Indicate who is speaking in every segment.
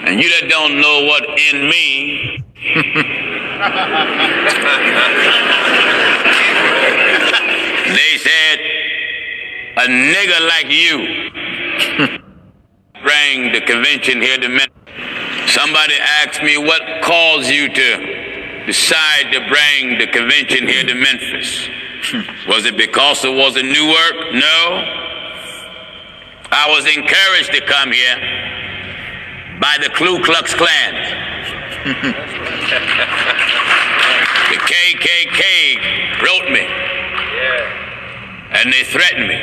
Speaker 1: And you that don't know what in mean, they said, a nigger like you rang the convention here the minute. Somebody asked me what caused you to decide to bring the convention here to Memphis. was it because it was a new work? No. I was encouraged to come here by the Ku Klux Klan. the KKK wrote me. Yeah. And they threatened me.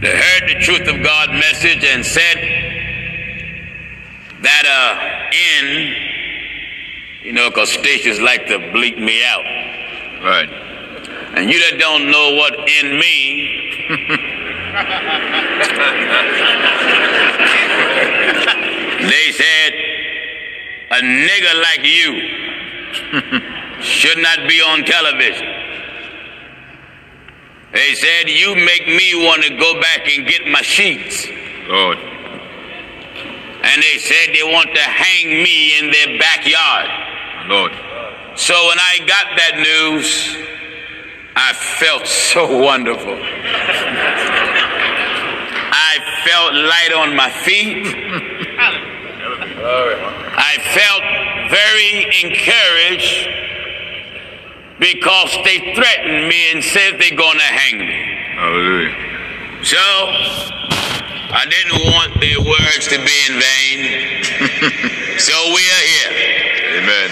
Speaker 1: they heard the truth of God message and said that uh in you know cause stations like to bleep me out.
Speaker 2: Right.
Speaker 1: And you that don't know what in mean they said, a nigger like you should not be on television. They said, you make me want to go back and get my sheets.
Speaker 2: Lord.
Speaker 1: And they said they want to hang me in their backyard.
Speaker 2: Lord.
Speaker 1: So when I got that news, I felt so wonderful. I felt light on my feet. I felt very encouraged because they threatened me and said they're going to hang me.
Speaker 2: Hallelujah.
Speaker 1: So I didn't want their words to be in vain. so we are here.
Speaker 2: Amen.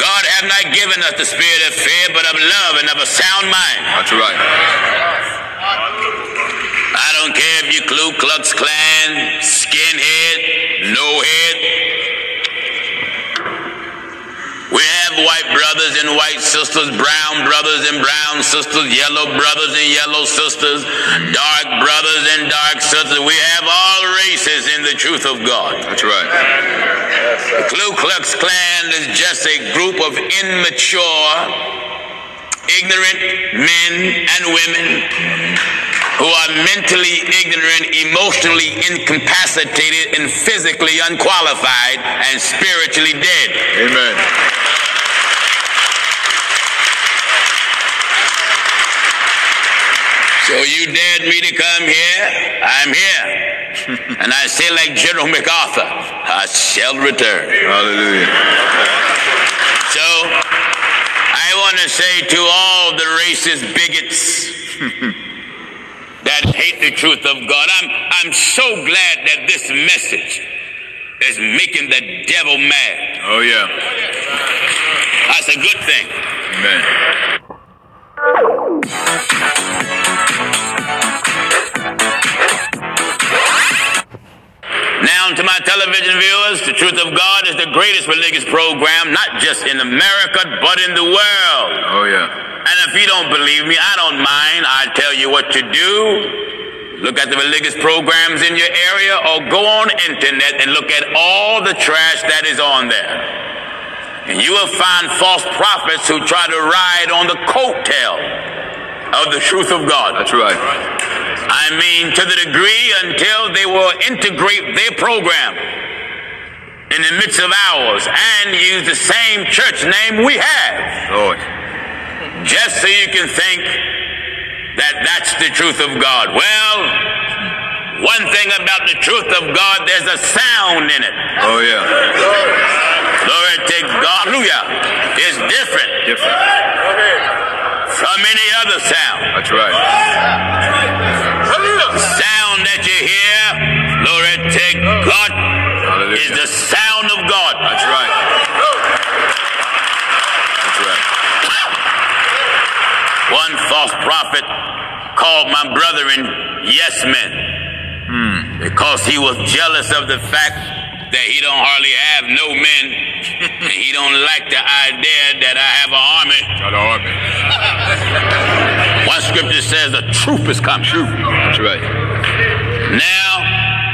Speaker 1: God have not given us the spirit of fear, but of love and of a sound mind.
Speaker 2: That's right.
Speaker 1: I don't care if you Ku Klux Klan, skinhead, no head. We have white brothers and white sisters, brown brothers and brown sisters, yellow brothers and yellow sisters, dark brothers and dark sisters. We have all races in the truth of God.
Speaker 2: That's right.
Speaker 1: The Ku Klux Klan is just a group of immature, ignorant men and women who are mentally ignorant, emotionally incapacitated, and physically unqualified and spiritually dead.
Speaker 2: Amen.
Speaker 1: So you dared me to come here, I'm here. and I say, like General MacArthur, I shall return.
Speaker 2: Hallelujah.
Speaker 1: So, I want to say to all the racist bigots that hate the truth of God, I'm, I'm so glad that this message is making the devil mad.
Speaker 2: Oh, yeah.
Speaker 1: That's a good thing.
Speaker 2: Amen.
Speaker 1: Now, to my television viewers, the truth of God is the greatest religious program, not just in America, but in the world.
Speaker 2: Oh, yeah.
Speaker 1: And if you don't believe me, I don't mind. I tell you what to do. Look at the religious programs in your area or go on internet and look at all the trash that is on there. And you will find false prophets who try to ride on the coattail of the truth of God.
Speaker 2: That's right.
Speaker 1: I mean, to the degree until they will integrate their program in the midst of ours and use the same church name we have.
Speaker 2: Lord.
Speaker 1: Just so you can think that that's the truth of God. Well, one thing about the truth of God, there's a sound in it.
Speaker 2: Oh, yeah.
Speaker 1: Glory to God. Hallelujah. It's different.
Speaker 2: Different.
Speaker 1: From any other sound.
Speaker 2: That's right.
Speaker 1: The sound that you hear, glory to God, Hallelujah. is the sound of God.
Speaker 2: That's right. That's right.
Speaker 1: One false prophet called my brethren yes men. Hmm. because he was jealous of the fact that he don't hardly have no men and he don't like the idea that I have an army.
Speaker 2: Got an army.
Speaker 1: One scripture says a troop is coming.
Speaker 2: Troop. That's right.
Speaker 1: Now,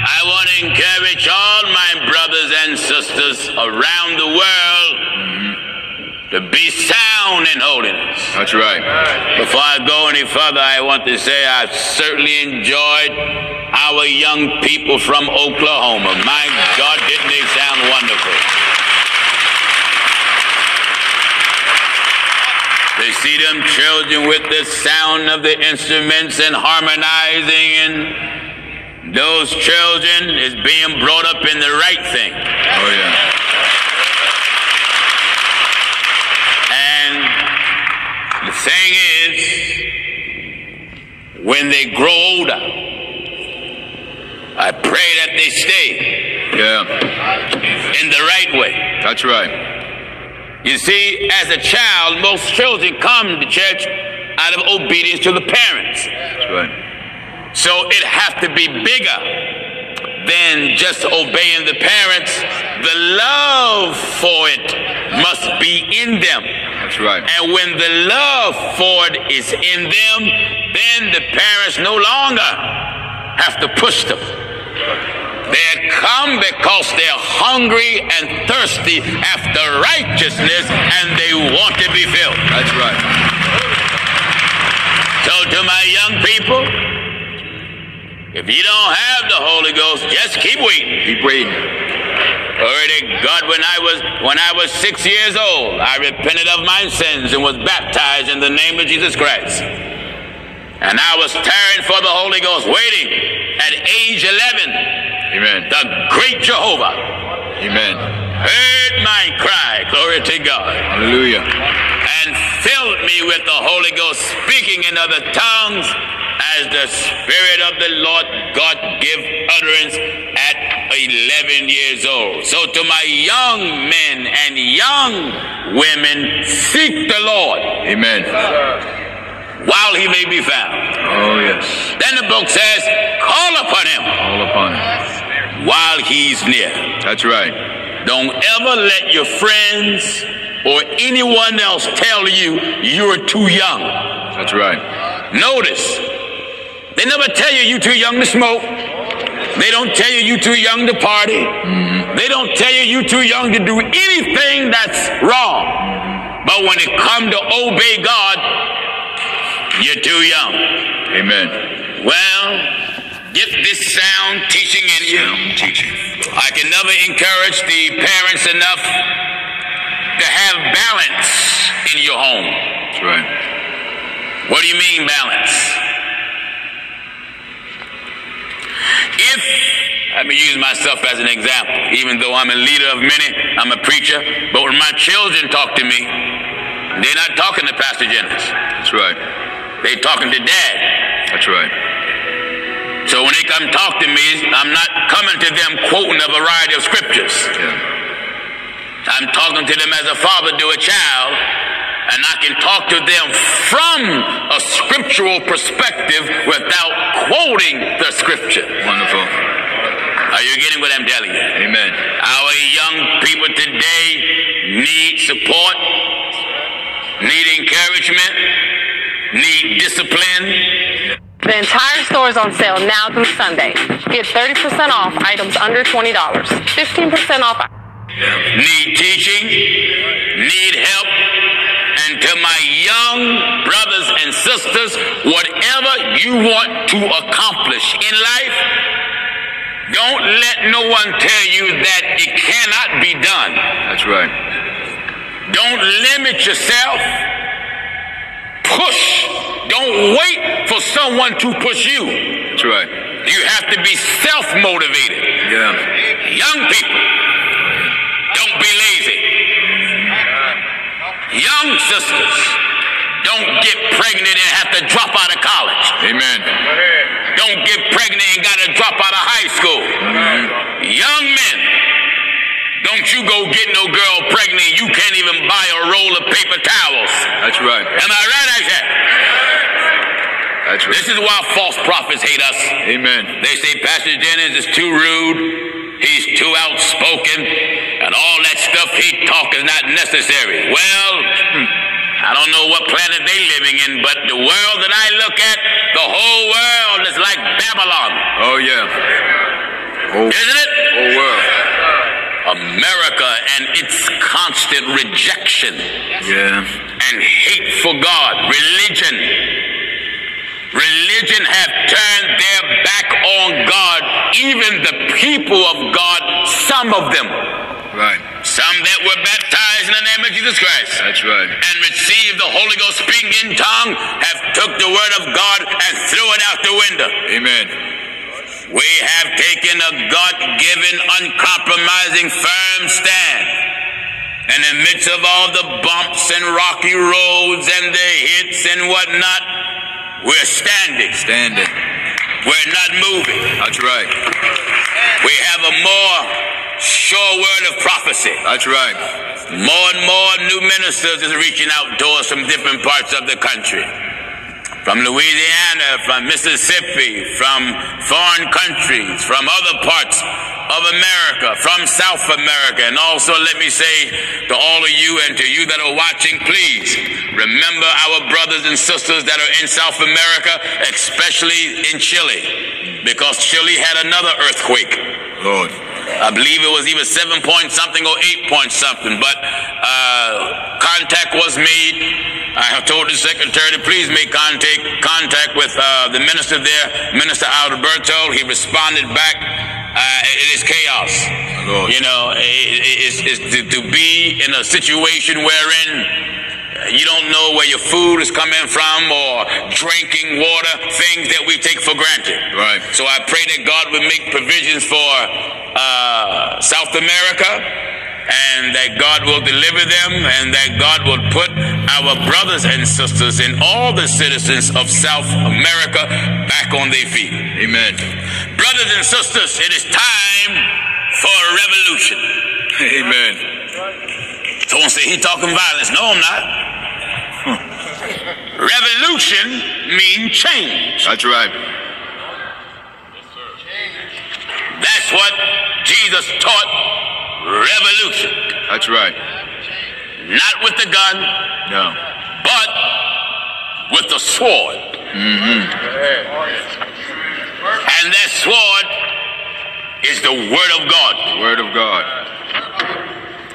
Speaker 1: I want to encourage all my brothers and sisters around the world mm-hmm. to be sound abound in holiness.
Speaker 2: That's right.
Speaker 1: Before I go any further, I want to say I certainly enjoyed our young people from Oklahoma. My God, didn't they sound wonderful? To see them children with the sound of the instruments and harmonizing, and those children is being brought up in the right thing.
Speaker 2: Oh yeah.
Speaker 1: And the thing is, when they grow older, I pray that they stay
Speaker 2: Yeah.
Speaker 1: in the right way.
Speaker 2: That's right.
Speaker 1: You see, as a child, most children come to church out of obedience to the parents.
Speaker 2: That's right.
Speaker 1: So it has to be bigger than just obeying the parents. The love for it must be in them.
Speaker 2: That's right.
Speaker 1: And when the love for it is in them, then the parents no longer have to push them. They come because they're hungry and thirsty after righteousness and they want to be filled.
Speaker 2: That's right.
Speaker 1: So, to my young people, if you don't have the Holy Ghost, just keep waiting.
Speaker 2: Keep waiting.
Speaker 1: Already, God, when I was when I was six years old, I repented of my sins and was baptized in the name of Jesus Christ. And I was tearing for the Holy Ghost, waiting at age 11.
Speaker 2: Amen.
Speaker 1: The great Jehovah
Speaker 2: Amen.
Speaker 1: heard my cry, glory to God,
Speaker 2: Hallelujah.
Speaker 1: and filled me with the Holy Ghost, speaking in other tongues as the Spirit of the Lord God give utterance at 11 years old. So to my young men and young women, seek the Lord
Speaker 2: Amen.
Speaker 1: while he may be found.
Speaker 2: Oh yes.
Speaker 1: Then the book says, call upon him
Speaker 2: All upon it.
Speaker 1: while he's near.
Speaker 2: That's right.
Speaker 1: Don't ever let your friends or anyone else tell you you're too young.
Speaker 2: That's right.
Speaker 1: Notice, they never tell you you too young to smoke. They don't tell you you too young to party. They don't tell you you too young to do anything that's wrong. But when it come to obey God, you're too young.
Speaker 2: Amen.
Speaker 1: Well, get this sound teaching in you.
Speaker 2: Teaching.
Speaker 1: I can never encourage the parents enough to have balance in your home.
Speaker 2: That's right.
Speaker 1: What do you mean balance? If I can use myself as an example, even though I'm a leader of many, I'm a preacher, but when my children talk to me, they're not talking to Pastor Jennings.
Speaker 2: That's right.
Speaker 1: They're talking to Dad.
Speaker 2: That's right.
Speaker 1: So when they come talk to me, I'm not coming to them quoting a variety of scriptures.
Speaker 2: Yeah.
Speaker 1: I'm talking to them as a father to a child, and I can talk to them from a scriptural perspective without quoting the scripture.
Speaker 2: Wonderful.
Speaker 1: Are you getting what I'm telling you?
Speaker 2: Amen.
Speaker 1: Our young people today need support, need encouragement, need discipline.
Speaker 3: The entire store is on sale now through Sunday. Get 30% off items under $20. 15% off.
Speaker 1: need teaching, need help. And to my young brothers and sisters, whatever you want to accomplish in life, don't let no one tell you that it cannot be done.
Speaker 2: That's right.
Speaker 1: Don't limit yourself. Push. Don't wait for someone to push you.
Speaker 2: That's right.
Speaker 1: You have to be self motivated.
Speaker 2: Yeah.
Speaker 1: Young people, don't be lazy. Young sisters, don't get pregnant and have to drop out of college.
Speaker 2: Amen.
Speaker 1: Don't get pregnant and got to drop out of high school. Young men, don't you go get no girl pregnant. You can't even buy a roll of paper towels.
Speaker 2: That's right.
Speaker 1: Am I right, Isaac?
Speaker 2: That's
Speaker 1: This
Speaker 2: right.
Speaker 1: is why false prophets hate us.
Speaker 2: Amen.
Speaker 1: They say Pastor Jennings is too rude, he's too outspoken, and all that stuff he talk is not necessary. Well, I don't know what planet they living in, but the world that I look at, the whole world is like Babylon,
Speaker 2: Oh yeah.
Speaker 1: isn't it?
Speaker 2: Whole world.
Speaker 1: America and its constant rejection
Speaker 2: Yeah.
Speaker 1: and hate for God, religion. Religion have turned their back on God, even the people of God, some of them,
Speaker 2: Right.
Speaker 1: some that were baptized in the name of Jesus Christ
Speaker 2: That's right.
Speaker 1: and received the Holy Ghost speaking in tongue have took the word of God and threw it out the window.
Speaker 2: Amen.
Speaker 1: We have taken a God-given, uncompromising, firm stand. And in the midst of all the bumps and rocky roads and the hits and whatnot, we're standing.
Speaker 2: Standing.
Speaker 1: We're not moving.
Speaker 2: That's right.
Speaker 1: We have a more sure word of prophecy.
Speaker 2: That's right.
Speaker 1: More and more new ministers is reaching out to us from different parts of the country. From Louisiana, from Mississippi, from foreign countries, from other parts of America, from South America. And also, let me say to all of you and to you that are watching, please remember our brothers and sisters that are in South America, especially in Chile, because Chile had another earthquake.
Speaker 2: Lord.
Speaker 1: I believe it was either seven point something or eight point something. But uh, contact was made. I have told the secretary to please make contact contact with uh, the minister there, Minister Alberto. He responded back. Uh, it is chaos.
Speaker 2: Lord.
Speaker 1: You know, it, it, it's, it's to, to be in a situation wherein uh, you don't know where your food is coming from or drinking water, things that we take for granted.
Speaker 2: Right.
Speaker 1: So I pray that God would make provisions for uh, South America and that God will deliver them and that God will put our brothers and sisters and all the citizens of South America back on their feet.
Speaker 2: Amen.
Speaker 1: Brothers and sisters, it is time for a revolution.
Speaker 2: Amen.
Speaker 1: Someone say he talking violence. No, I'm not. Hmm. Revolution means change.
Speaker 2: That's right.
Speaker 1: That's what Jesus taught. Revolution.
Speaker 2: That's right.
Speaker 1: Not with the gun,
Speaker 2: No.
Speaker 1: but with the sword. Mm-hmm. And that sword is the word of God.
Speaker 2: Word of God.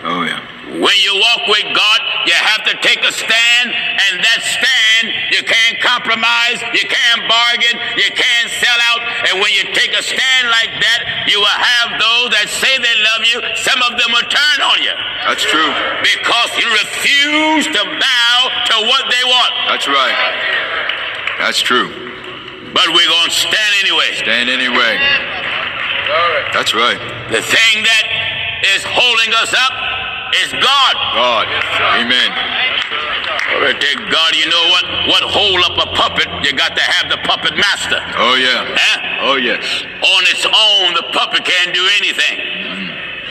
Speaker 2: Oh yeah.
Speaker 1: When you walk with God, you have to take a stand, and that stand, you can't compromise, you can't bargain, you can't sell out. And when you take a stand like that, you will have those that say they love you, some of them will turn on you
Speaker 2: That's true.
Speaker 1: because you refuse to bow to what they want.
Speaker 2: That's right. That's true.
Speaker 1: But we're going to stand anyway.
Speaker 2: Stand anyway. That's right.
Speaker 1: The thing that is holding us up is God.
Speaker 2: God. Amen.
Speaker 1: Glory to God, you know what? What hold up a puppet, you got to have the puppet master.
Speaker 2: Oh yeah.
Speaker 1: Huh?
Speaker 2: Oh yes.
Speaker 1: On its own, the puppet can't do anything.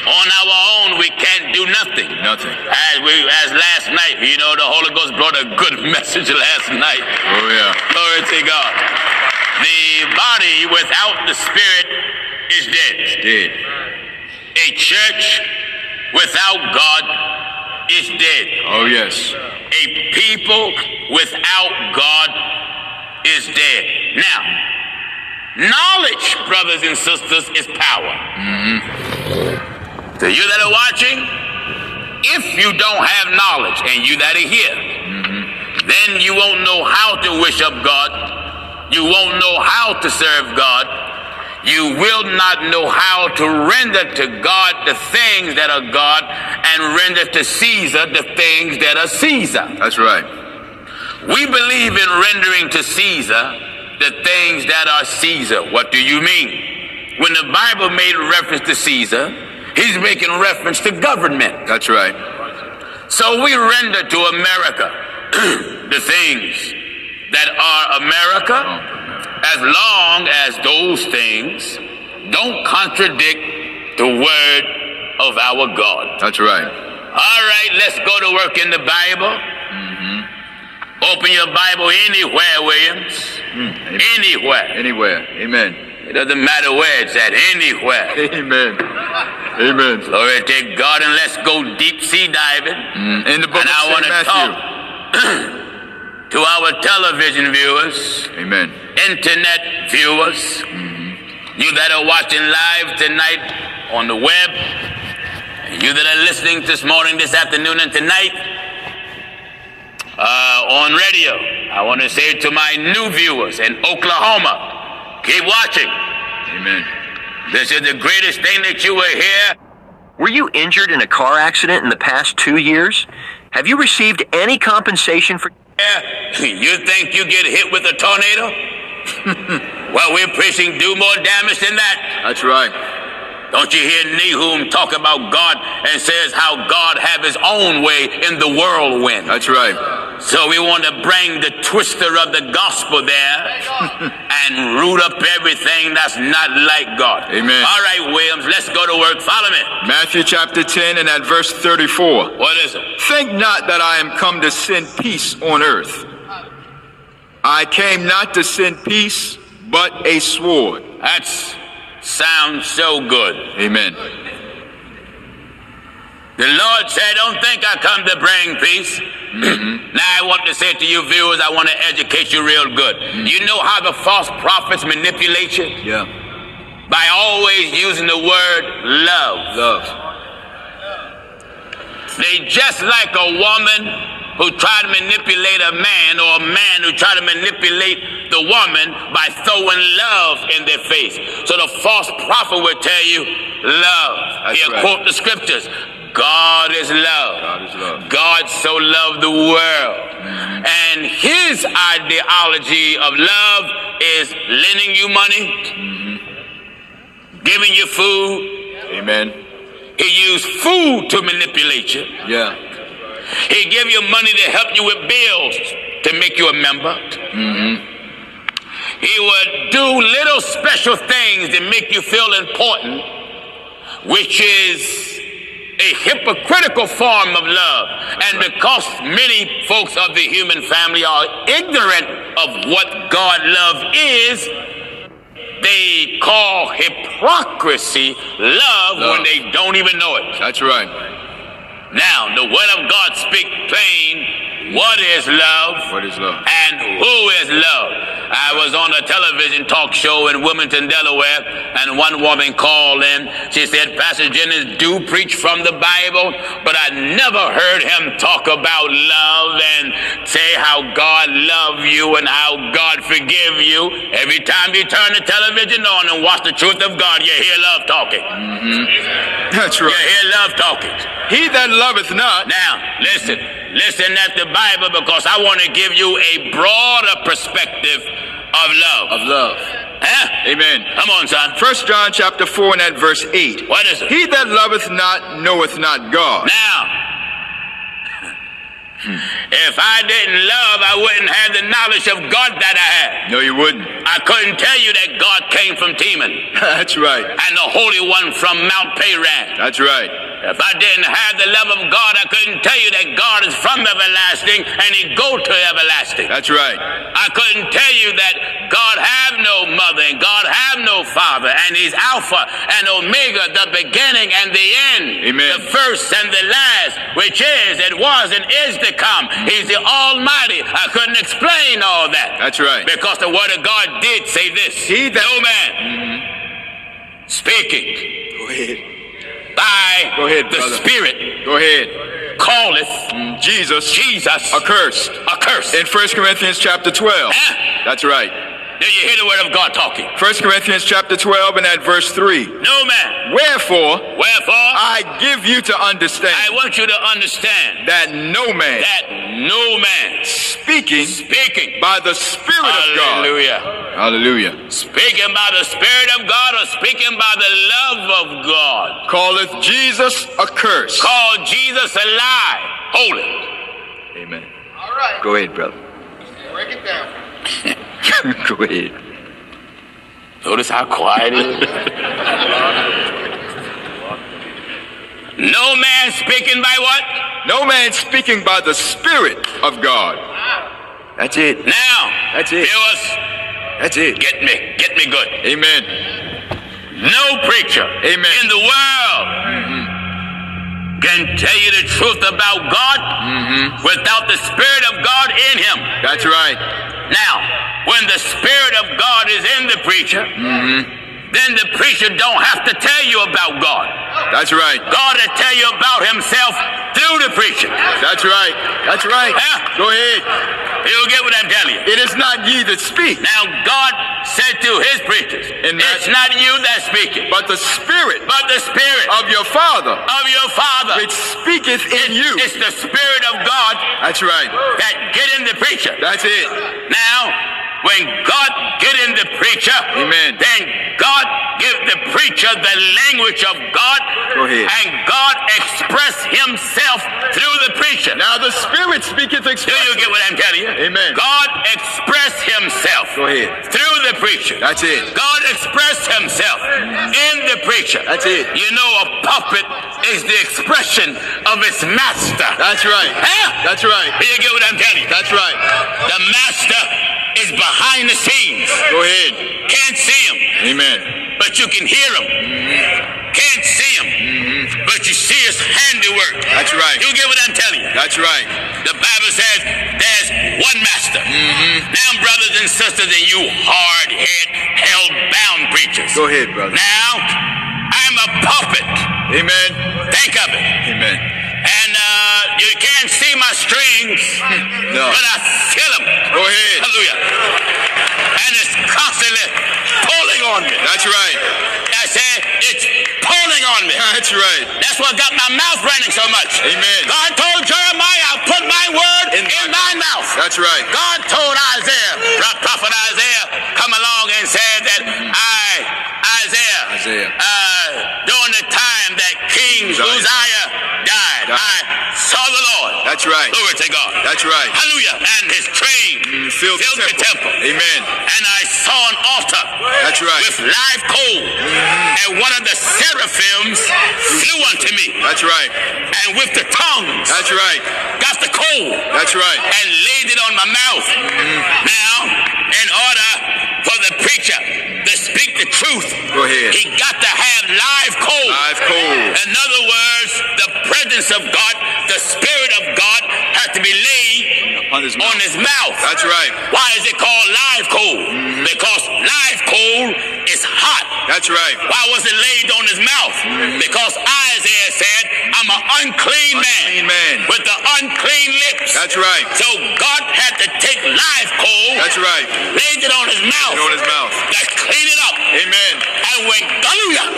Speaker 1: On our own, we can't do nothing.
Speaker 2: Nothing.
Speaker 1: As we, as last night, you know, the Holy Ghost brought a good message last night.
Speaker 2: Oh yeah.
Speaker 1: Glory to God. The body without the spirit is dead.
Speaker 2: Dead.
Speaker 1: A church without God is dead.
Speaker 2: Oh yes.
Speaker 1: A people without God is dead. Now, knowledge, brothers and sisters, is power. To you that are watching, if you don't have knowledge and you that are here, then you won't know how to wish up God. You won't know how to serve God. You will not know how to render to God the things that are God and render to Caesar the things that are Caesar.
Speaker 2: That's right.
Speaker 1: We believe in rendering to Caesar the things that are Caesar. What do you mean? When the Bible made reference to Caesar, he's making reference to government.
Speaker 2: That's right.
Speaker 1: So we render to America the things that are America as long as those things don't contradict the word of our God.
Speaker 2: That's right.
Speaker 1: All right, let's go to work in the Bible. Open your Bible anywhere, Williams. Anywhere.
Speaker 2: Anywhere. Amen.
Speaker 1: It doesn't matter where it's at, anywhere.
Speaker 2: Amen. Amen.
Speaker 1: Glory to God, and let's go deep sea diving.
Speaker 2: Mm, In the book
Speaker 1: And I
Speaker 2: of
Speaker 1: want
Speaker 2: St.
Speaker 1: to
Speaker 2: Matthew.
Speaker 1: talk to our television viewers,
Speaker 2: Amen.
Speaker 1: internet viewers, you that are watching live tonight on the web. You that are listening this morning, this afternoon, and tonight uh, on radio, I want to say to my new viewers in Oklahoma, keep watching.
Speaker 2: Amen.
Speaker 1: This is the greatest thing that you will hear.
Speaker 4: Were you injured in a car accident in the past two years? Have you received any compensation for?
Speaker 1: Yeah, You think you get hit with a tornado? well, we're preaching do more damage than that.
Speaker 2: That's right.
Speaker 1: Don't you hear Nahum talk about God and says how God have his own way in the whirlwind?
Speaker 2: That's right.
Speaker 1: So we want to bring the twister of the gospel there and root up everything that's not like God.
Speaker 2: Amen.
Speaker 1: All right, Williams, let's go to work. Follow me.
Speaker 2: Matthew chapter 10 and at verse 34.
Speaker 1: What is it?
Speaker 2: Think not that I am come to send peace on earth. I came not to send peace, but a sword.
Speaker 1: That's sounds so good.
Speaker 2: Amen.
Speaker 1: The Lord said, Don't think I come to bring peace.
Speaker 2: Mm-hmm.
Speaker 1: now I want to say to you viewers, I want to educate you real good.
Speaker 2: Mm-hmm.
Speaker 1: You know how the false prophets manipulate you?
Speaker 2: Yeah.
Speaker 1: by always using the word love.
Speaker 2: Love.
Speaker 1: They just like a woman who try to manipulate a man or a man who try to manipulate the woman by throwing love in their face. So the false prophet will tell you, love.
Speaker 2: That's
Speaker 1: He'll
Speaker 2: right.
Speaker 1: quote the scriptures. God is love.
Speaker 2: God is love.
Speaker 1: God so loved the world. And his ideology of love is lending you money, giving you food,
Speaker 2: Amen.
Speaker 1: He used food to manipulate you.
Speaker 2: Yeah.
Speaker 1: He give you money to help you with bills to make you a member. He would do little special things to make you feel important, which is a hypocritical form of love. And because many folks of the human family are ignorant of what God love is, they call hypocrisy love when
Speaker 2: Love.
Speaker 1: they don't even know it.
Speaker 2: That's right.
Speaker 1: Now, the word of God speak plain what is love
Speaker 2: What is love?
Speaker 1: and who is love. I was on a television talk show in Wilmington, Delaware, and one woman called in. She said, Pastor Jennings do preach from the Bible, but I never heard him talk about love and say how God love you and how God forgive you. Every time you turn the television on and watch the truth of God, you hear love talking.
Speaker 2: That's
Speaker 1: You
Speaker 2: right.
Speaker 1: hear love talking.
Speaker 2: He that loveth not.
Speaker 1: Now, listen, listen at the Bible because I want to give you a broader perspective of love.
Speaker 2: Of love.
Speaker 1: Huh?
Speaker 2: Amen.
Speaker 1: Come on, son.
Speaker 2: First John chapter 4 and at verse 8.
Speaker 1: What is it?
Speaker 2: He that loveth not knoweth not God.
Speaker 1: Now, if I didn't love, I wouldn't have the knowledge of God that I had.
Speaker 2: No, you wouldn't.
Speaker 1: I couldn't tell you that God came from Teman
Speaker 2: That's right.
Speaker 1: and the Holy One from Mount Paran.
Speaker 2: That's right.
Speaker 1: If I didn't have the love of God, I couldn't tell you that God is from everlasting and He go to everlasting.
Speaker 2: That's right.
Speaker 1: I couldn't tell you that God have no mother and God have no father, and He's Alpha and Omega, the beginning and the end,
Speaker 2: Amen.
Speaker 1: the first and the last, which is, it was, and is to come. He's the Almighty. I couldn't explain all that.
Speaker 2: That's right.
Speaker 1: Because the Word of God did say this
Speaker 2: He that-
Speaker 1: No man speaking
Speaker 2: Go ahead.
Speaker 1: by
Speaker 2: Go ahead,
Speaker 1: the
Speaker 2: brother.
Speaker 1: Spirit
Speaker 2: Go ahead.
Speaker 1: calleth
Speaker 2: Jesus.
Speaker 1: Jesus
Speaker 2: Accursed.
Speaker 1: accursed.
Speaker 2: In 1 Corinthians chapter 12.
Speaker 1: Huh?
Speaker 2: That's right.
Speaker 1: Do you hear the Word of God talking?
Speaker 2: 1 Corinthians chapter 12 and at verse 3.
Speaker 1: No man.
Speaker 2: Wherefore
Speaker 1: Wherefore?
Speaker 2: I give you to
Speaker 1: I
Speaker 2: understand
Speaker 1: want you to understand
Speaker 2: that no man
Speaker 1: that no man
Speaker 2: speaking
Speaker 1: speaking,
Speaker 2: by the Spirit of God.
Speaker 1: hallelujah,
Speaker 2: Hallelujah.
Speaker 1: speaking by the Spirit of God or speaking by the love of God,
Speaker 2: Calleth Jesus accursed.
Speaker 1: call Jesus a lie. Hold it.
Speaker 2: Amen.
Speaker 5: All right,
Speaker 4: Go ahead, brother.
Speaker 5: break it down.
Speaker 4: Go ahead.
Speaker 1: Notice how quiet it is. no man speaking by what?
Speaker 2: No man speaking by the Spirit of God.
Speaker 4: That's it.
Speaker 1: Now,
Speaker 4: That's it.
Speaker 1: viewers,
Speaker 4: That's it.
Speaker 1: get me, get me good.
Speaker 2: Amen.
Speaker 1: No preacher
Speaker 2: Amen. Mm-hmm.
Speaker 1: in the world can tell you the truth about God without the Spirit of God in him.
Speaker 2: That's right.
Speaker 1: Now, when the Spirit of God is in the preacher,
Speaker 2: Mm-hmm.
Speaker 1: then the preacher don't have to tell you about God.
Speaker 2: That's right.
Speaker 1: God will tell you about himself through the preacher.
Speaker 2: That's right. That's right.
Speaker 1: Yeah.
Speaker 2: Go ahead.
Speaker 1: You'll get what I'm telling you.
Speaker 2: It is not ye that speak,
Speaker 1: Now God said to his preachers,
Speaker 2: In that-
Speaker 1: it's not you that's speaking,
Speaker 2: but the Spirit
Speaker 1: but the Spirit
Speaker 2: of your Father,
Speaker 1: of your Father.
Speaker 2: which speaketh in
Speaker 1: It's-
Speaker 2: you.
Speaker 1: It's the Spirit of God
Speaker 2: That's right.
Speaker 1: that get in the preacher.
Speaker 2: That's it.
Speaker 1: Now, when God get in the preacher,
Speaker 2: Amen.
Speaker 1: then God give the preacher the language of God,
Speaker 2: Go ahead.
Speaker 1: and God express himself through the preacher.
Speaker 2: Now the Spirit speaketh
Speaker 1: Do
Speaker 2: express.
Speaker 1: you get what I'm telling you?
Speaker 2: Amen.
Speaker 1: God express himself
Speaker 2: Go ahead.
Speaker 1: through the preacher.
Speaker 2: That's it.
Speaker 1: God expressed himself in the preacher.
Speaker 2: That's it.
Speaker 1: You know, a puppet is the expression of its master.
Speaker 2: That's right.
Speaker 1: Huh?
Speaker 2: That's right.
Speaker 1: Do you get what I'm telling you?
Speaker 2: That's right.
Speaker 1: The master is behind the scenes.
Speaker 2: Go ahead.
Speaker 1: Can't see him,
Speaker 2: Amen.
Speaker 1: but you can hear him. Can't see him, but you see his handiwork.
Speaker 2: That's right.
Speaker 1: You get what I'm telling you?
Speaker 2: That's right.
Speaker 1: The Bible says there's one master.
Speaker 2: Mm-hmm.
Speaker 1: Now, brothers and sisters, and you hard head, hell bound preachers.
Speaker 2: Go ahead, brother.
Speaker 1: Now, I'm a puppet.
Speaker 2: Amen.
Speaker 1: Think of it.
Speaker 2: Amen.
Speaker 1: And uh, you can't see my strings,
Speaker 2: No.
Speaker 1: but I feel them.
Speaker 2: Go ahead.
Speaker 1: Hallelujah. And it's constantly pulling on me.
Speaker 2: That's right.
Speaker 1: I said, it's pulling on me.
Speaker 2: That's right.
Speaker 1: That's what got my mouth running so much.
Speaker 2: Amen.
Speaker 1: God told Jeremiah, I'll put my word in,
Speaker 2: In my
Speaker 1: thy mouth.
Speaker 2: That's right.
Speaker 1: God told Isaiah, pro- prophet Isaiah, come along and said that I, Isaiah,
Speaker 2: Isaiah.
Speaker 1: Uh, during the time that King
Speaker 2: Uzziah.
Speaker 1: Uzziah died,
Speaker 2: Died.
Speaker 1: I saw the Lord.
Speaker 2: That's right.
Speaker 1: Glory to God.
Speaker 2: That's right.
Speaker 1: Hallelujah. And his train
Speaker 2: Filled the temple. Amen.
Speaker 1: And I saw an altar
Speaker 2: That's right. Mm-hmm.
Speaker 1: with live coal. And one of the seraphims flew unto me.
Speaker 2: That's right.
Speaker 1: And with the tongues,
Speaker 2: That's right.
Speaker 1: got the coal
Speaker 2: That's right.
Speaker 1: and laid it on my mouth.
Speaker 2: Mm-hmm.
Speaker 1: Now, in order for the preacher to speak the truth,
Speaker 2: Go ahead.
Speaker 1: he got to have live coal.
Speaker 2: Live coal.
Speaker 1: In other words, the presence of God, the Spirit of God, has to be laid
Speaker 2: Upon his
Speaker 1: on
Speaker 2: mouth.
Speaker 1: his mouth.
Speaker 2: That's right. Mm-hmm.
Speaker 1: Why is it called live coal? Because live coal is hot.
Speaker 2: That's Mm-hmm. right.
Speaker 1: Why was it laid on his mouth? Because Isaiah said, I'm an unclean,
Speaker 2: Unclean man.
Speaker 1: with the unclean lips.
Speaker 2: That's right.
Speaker 1: So God had to take live coal,
Speaker 2: That's right.
Speaker 1: laid it on his mouth,
Speaker 2: Get on his mouth.
Speaker 1: to clean it up.
Speaker 2: Amen.
Speaker 1: And when hallelujah,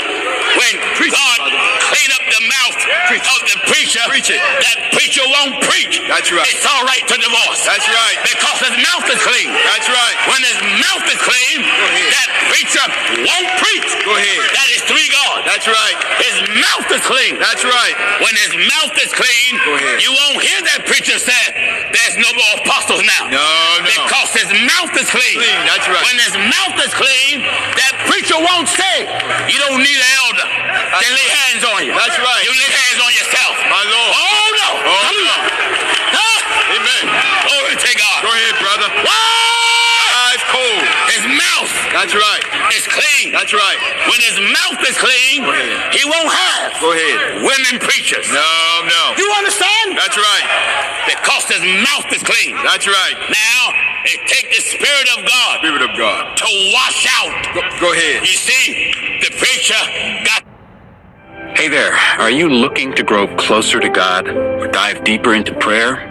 Speaker 1: when
Speaker 2: Preach it,
Speaker 1: God
Speaker 2: Father.
Speaker 1: clean up the mouth of the preacher,
Speaker 2: Preach it.
Speaker 1: that preacher won't preach.
Speaker 2: That's right.
Speaker 1: It's all right to divorce.
Speaker 2: That's right.
Speaker 1: Because his mouth is clean.
Speaker 2: That's right.
Speaker 1: When his mouth is clean,
Speaker 2: ahead.
Speaker 1: that preacher won't preach.
Speaker 2: Go ahead.
Speaker 1: That is three God.
Speaker 2: That's right.
Speaker 1: His mouth is clean.
Speaker 2: That's right.
Speaker 1: When his mouth is clean,
Speaker 2: Go ahead.
Speaker 1: you won't hear that preacher say, There's no more apostles now.
Speaker 2: No, no.
Speaker 1: Because his mouth is clean.
Speaker 2: Clean, that's right.
Speaker 1: When his mouth is clean, that preacher won't say, You don't need an elder. They lay hands on you.
Speaker 2: That's right.
Speaker 1: You lay hands on yourself.
Speaker 2: My Lord.
Speaker 1: Oh no!
Speaker 2: Oh,
Speaker 1: Hallelujah. Huh?
Speaker 2: Amen.
Speaker 1: Glory to God.
Speaker 2: Go ahead, brother.
Speaker 1: Why?
Speaker 2: Live coal.
Speaker 1: His mouth
Speaker 2: That's right.
Speaker 1: is clean.
Speaker 2: That's right.
Speaker 1: When his mouth is clean,
Speaker 2: Go ahead.
Speaker 1: he won't have
Speaker 2: Go ahead.
Speaker 1: women preachers.
Speaker 2: No, no.
Speaker 1: You understand?
Speaker 2: That's right.
Speaker 1: Because his mouth is clean.
Speaker 2: That's right.
Speaker 1: Now, it take the Spirit of God
Speaker 2: Spirit of God.
Speaker 1: to wash out.
Speaker 2: Go, go ahead.
Speaker 1: You see, the preacher got
Speaker 4: Hey there, are you looking to grow closer to God or dive deeper into prayer?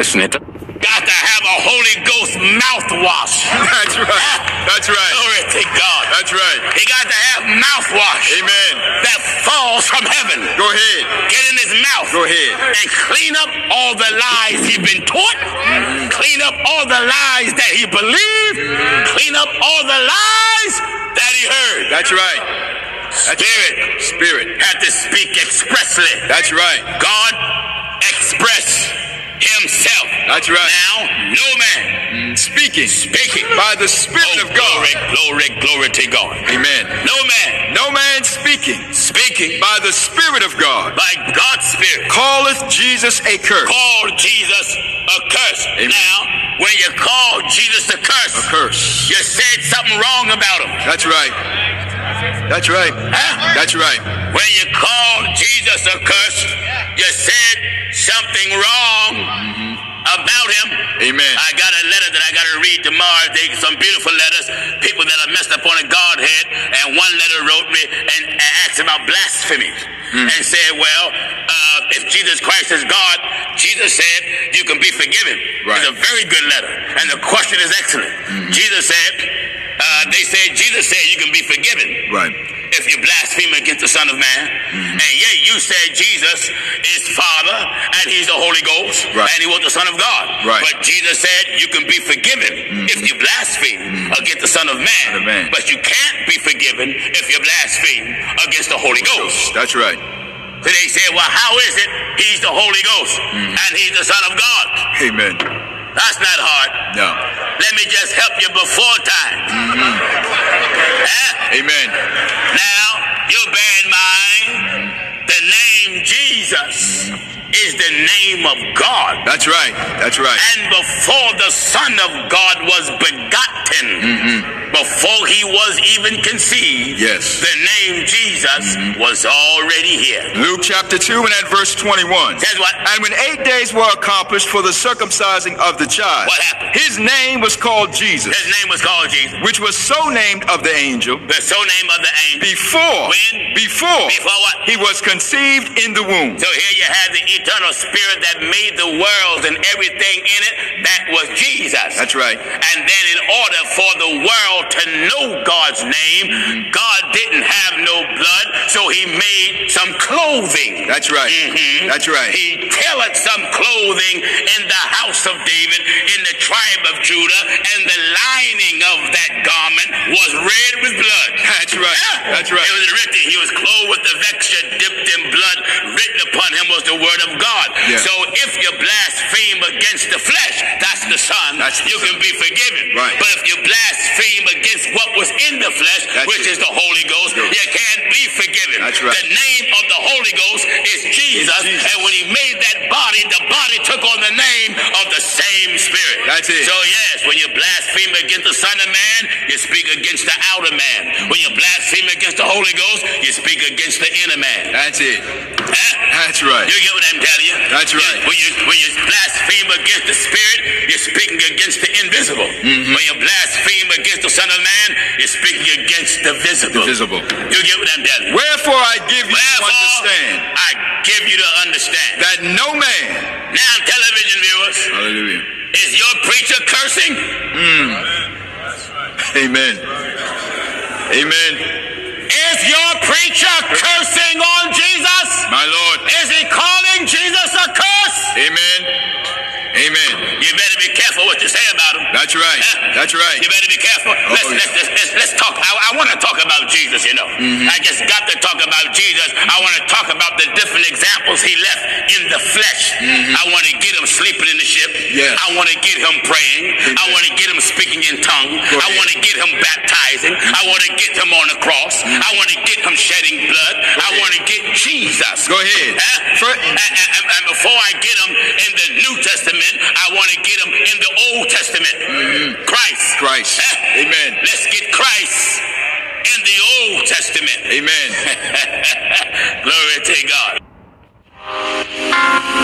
Speaker 4: Listen, it
Speaker 1: got to have a Holy Ghost mouthwash.
Speaker 2: That's right. That's right.
Speaker 1: Glory to God.
Speaker 2: That's right.
Speaker 1: He got to have mouthwash
Speaker 2: Amen.
Speaker 1: that falls from heaven.
Speaker 2: Go ahead.
Speaker 1: Get in his mouth.
Speaker 2: Go ahead.
Speaker 1: and clean up all the lies he been taught, clean up all the lies that he believed, clean up all the lies that he heard.
Speaker 2: That's right.
Speaker 1: Spirit
Speaker 2: Spirit.
Speaker 1: had to speak expressly.
Speaker 2: That's right.
Speaker 1: God expressed himself.
Speaker 2: That's right.
Speaker 1: Now, no man
Speaker 2: Speaking
Speaker 1: speaking.
Speaker 2: by the Spirit
Speaker 1: Oh,
Speaker 2: of God.
Speaker 1: glory, glory, glory to God.
Speaker 2: Amen.
Speaker 1: No man
Speaker 2: No man speaking
Speaker 1: speaking
Speaker 2: by the Spirit of God
Speaker 1: by God's Spirit.
Speaker 2: calleth Jesus a curse.
Speaker 1: Call Jesus a curse.
Speaker 2: Amen.
Speaker 1: Now, when you call Jesus a curse,
Speaker 2: Curse.
Speaker 1: You said something wrong about him.
Speaker 2: That's right. That's right.
Speaker 1: Huh?
Speaker 2: That's right.
Speaker 1: When you called Jesus a curse, you said something wrong
Speaker 2: Mm-hmm.
Speaker 1: about him.
Speaker 2: Amen.
Speaker 1: I got a letter that I got to read tomorrow. They some beautiful letters, people that are messed up on a Godhead. And one letter wrote me and, and asked about blasphemy
Speaker 2: Hmm.
Speaker 1: and said, Well, uh, if Jesus Christ is God, Jesus said, You can be forgiven.
Speaker 2: Right. Hmm.
Speaker 1: It's a very good letter. And the question is excellent. Jesus said, uh, They said, Jesus said, You can be forgiven
Speaker 2: Right.
Speaker 1: if you blaspheme against the Son of Man.
Speaker 2: Mm-hmm.
Speaker 1: And yet you said Jesus is Father and He's the Holy Ghost
Speaker 2: Right.
Speaker 1: and He was the Son of God.
Speaker 2: Right.
Speaker 1: But
Speaker 2: Mm-hmm.
Speaker 1: Jesus said you can be forgiven if you blaspheme against the Son of Man.
Speaker 2: Son of Man.
Speaker 1: But you can't be forgiven if you blaspheme against the Holy Ghost.
Speaker 2: That's right.
Speaker 1: So they said, well, how is it He's the Holy Ghost
Speaker 2: Mm-hmm.
Speaker 1: and He's the Son of God?
Speaker 2: Amen.
Speaker 1: That's not hard.
Speaker 2: No.
Speaker 1: Let me just help you before time.
Speaker 2: Mm-hmm.
Speaker 1: Eh?
Speaker 2: Amen.
Speaker 1: Now, you bear in mind the name Jesus is the name of God.
Speaker 2: That's right. That's right.
Speaker 1: And before the Son of God was begotten, before he was even conceived,
Speaker 2: Mm-hmm. Yes. Mm-hmm.
Speaker 1: the name Jesus was already here.
Speaker 2: Luke chapter 2 and at verse 21.
Speaker 1: Says what?
Speaker 2: And when eight days were accomplished for the circumcising of the child,
Speaker 1: What happened?
Speaker 2: his name was called Jesus,
Speaker 1: His name was called Jesus.
Speaker 2: which was so named of the angel
Speaker 1: The so name of the angel.
Speaker 2: before,
Speaker 1: When?
Speaker 2: before
Speaker 1: Before what?
Speaker 2: he was conceived in the womb.
Speaker 1: So here you have the eternal spirit that made the world and everything in it. That was Jesus.
Speaker 2: That's right.
Speaker 1: And then, in order for the world to know God's name, God didn't have no blood, so He made some clothing.
Speaker 2: That's right.
Speaker 1: Mhm.
Speaker 2: That's right.
Speaker 1: He tailored some clothing in the house of David, in the tribe of Judah, and the lining of that garment was red with blood.
Speaker 2: That's right.
Speaker 1: Yeah.
Speaker 2: That's right.
Speaker 1: It was written. He was clothed with the vexure dipped in blood. Written upon him was the word of God.
Speaker 2: Yeah.
Speaker 1: So if you blaspheme against the flesh, that's the Son,
Speaker 2: That's the
Speaker 1: you
Speaker 2: Son.
Speaker 1: can be forgiven.
Speaker 2: Right.
Speaker 1: But if you blaspheme against what was in the flesh,
Speaker 2: That's
Speaker 1: which
Speaker 2: it.
Speaker 1: is the Holy Ghost,
Speaker 2: Ghost.
Speaker 1: you can't be forgiven.
Speaker 2: That's right.
Speaker 1: The name of the Holy Ghost is Jesus,
Speaker 2: Jesus.
Speaker 1: and when he made that body, the body took on the name of the same spirit.
Speaker 2: That's it.
Speaker 1: So yes, when you blaspheme against the Son of Man, you speak against the outer man. When you blaspheme against the Holy Ghost, you speak against the inner man.
Speaker 2: That's it.
Speaker 1: Huh?
Speaker 2: That's right.
Speaker 1: You get what I'm telling you?
Speaker 2: That's right.
Speaker 1: You- when you when you blaspheme against the spirit, you're speaking against the invisible.
Speaker 2: Mm-hmm.
Speaker 1: When you blaspheme against the Son of Man, you're speaking against the visible.
Speaker 2: Visible.
Speaker 1: You get what I'm telling you?
Speaker 2: Wherefore I give you to
Speaker 1: Wherefore,
Speaker 2: understand
Speaker 1: I give you to understand.
Speaker 2: that no man,
Speaker 1: Now, television viewers,
Speaker 2: hallelujah,
Speaker 1: is your preacher cursing?
Speaker 2: amen, amen,
Speaker 1: Is your preacher cursing on Jesus?
Speaker 2: my Lord,
Speaker 1: Is he calling Jesus a curse?
Speaker 2: amen, amen. Eh.
Speaker 1: You better be careful what you say about him.
Speaker 2: That's right. That's right. Oh,
Speaker 1: You better be careful. Let's,
Speaker 2: yeah. Mm-hmm.
Speaker 1: let's, let's, let's, let's talk. I, I want to talk about Jesus, you know. I just got to talk about Jesus. I want to talk about the different examples he left in the flesh. I want to get him sleeping in the ship.
Speaker 2: Mm-hmm. Yes.
Speaker 1: I want to get him praying. I
Speaker 2: Amen.
Speaker 1: want to get him speaking in tongue.
Speaker 2: Go
Speaker 1: I
Speaker 2: ahead.
Speaker 1: want to get him baptizing. I want to get him on the cross. I want to get him shedding blood. I
Speaker 2: Mm-hmm. ahead.
Speaker 1: want to get Jesus.
Speaker 2: Go ahead.
Speaker 1: Huh? uh,
Speaker 2: Fir-
Speaker 1: and, and- and before I get them in the New Testament, I want to get them in the Old Testament. Christ.
Speaker 2: Mm-hmm. Christ.
Speaker 1: Huh?
Speaker 2: Amen.
Speaker 1: Let's get Christ in the Old Testament. Glory to
Speaker 2: Amen.
Speaker 1: God.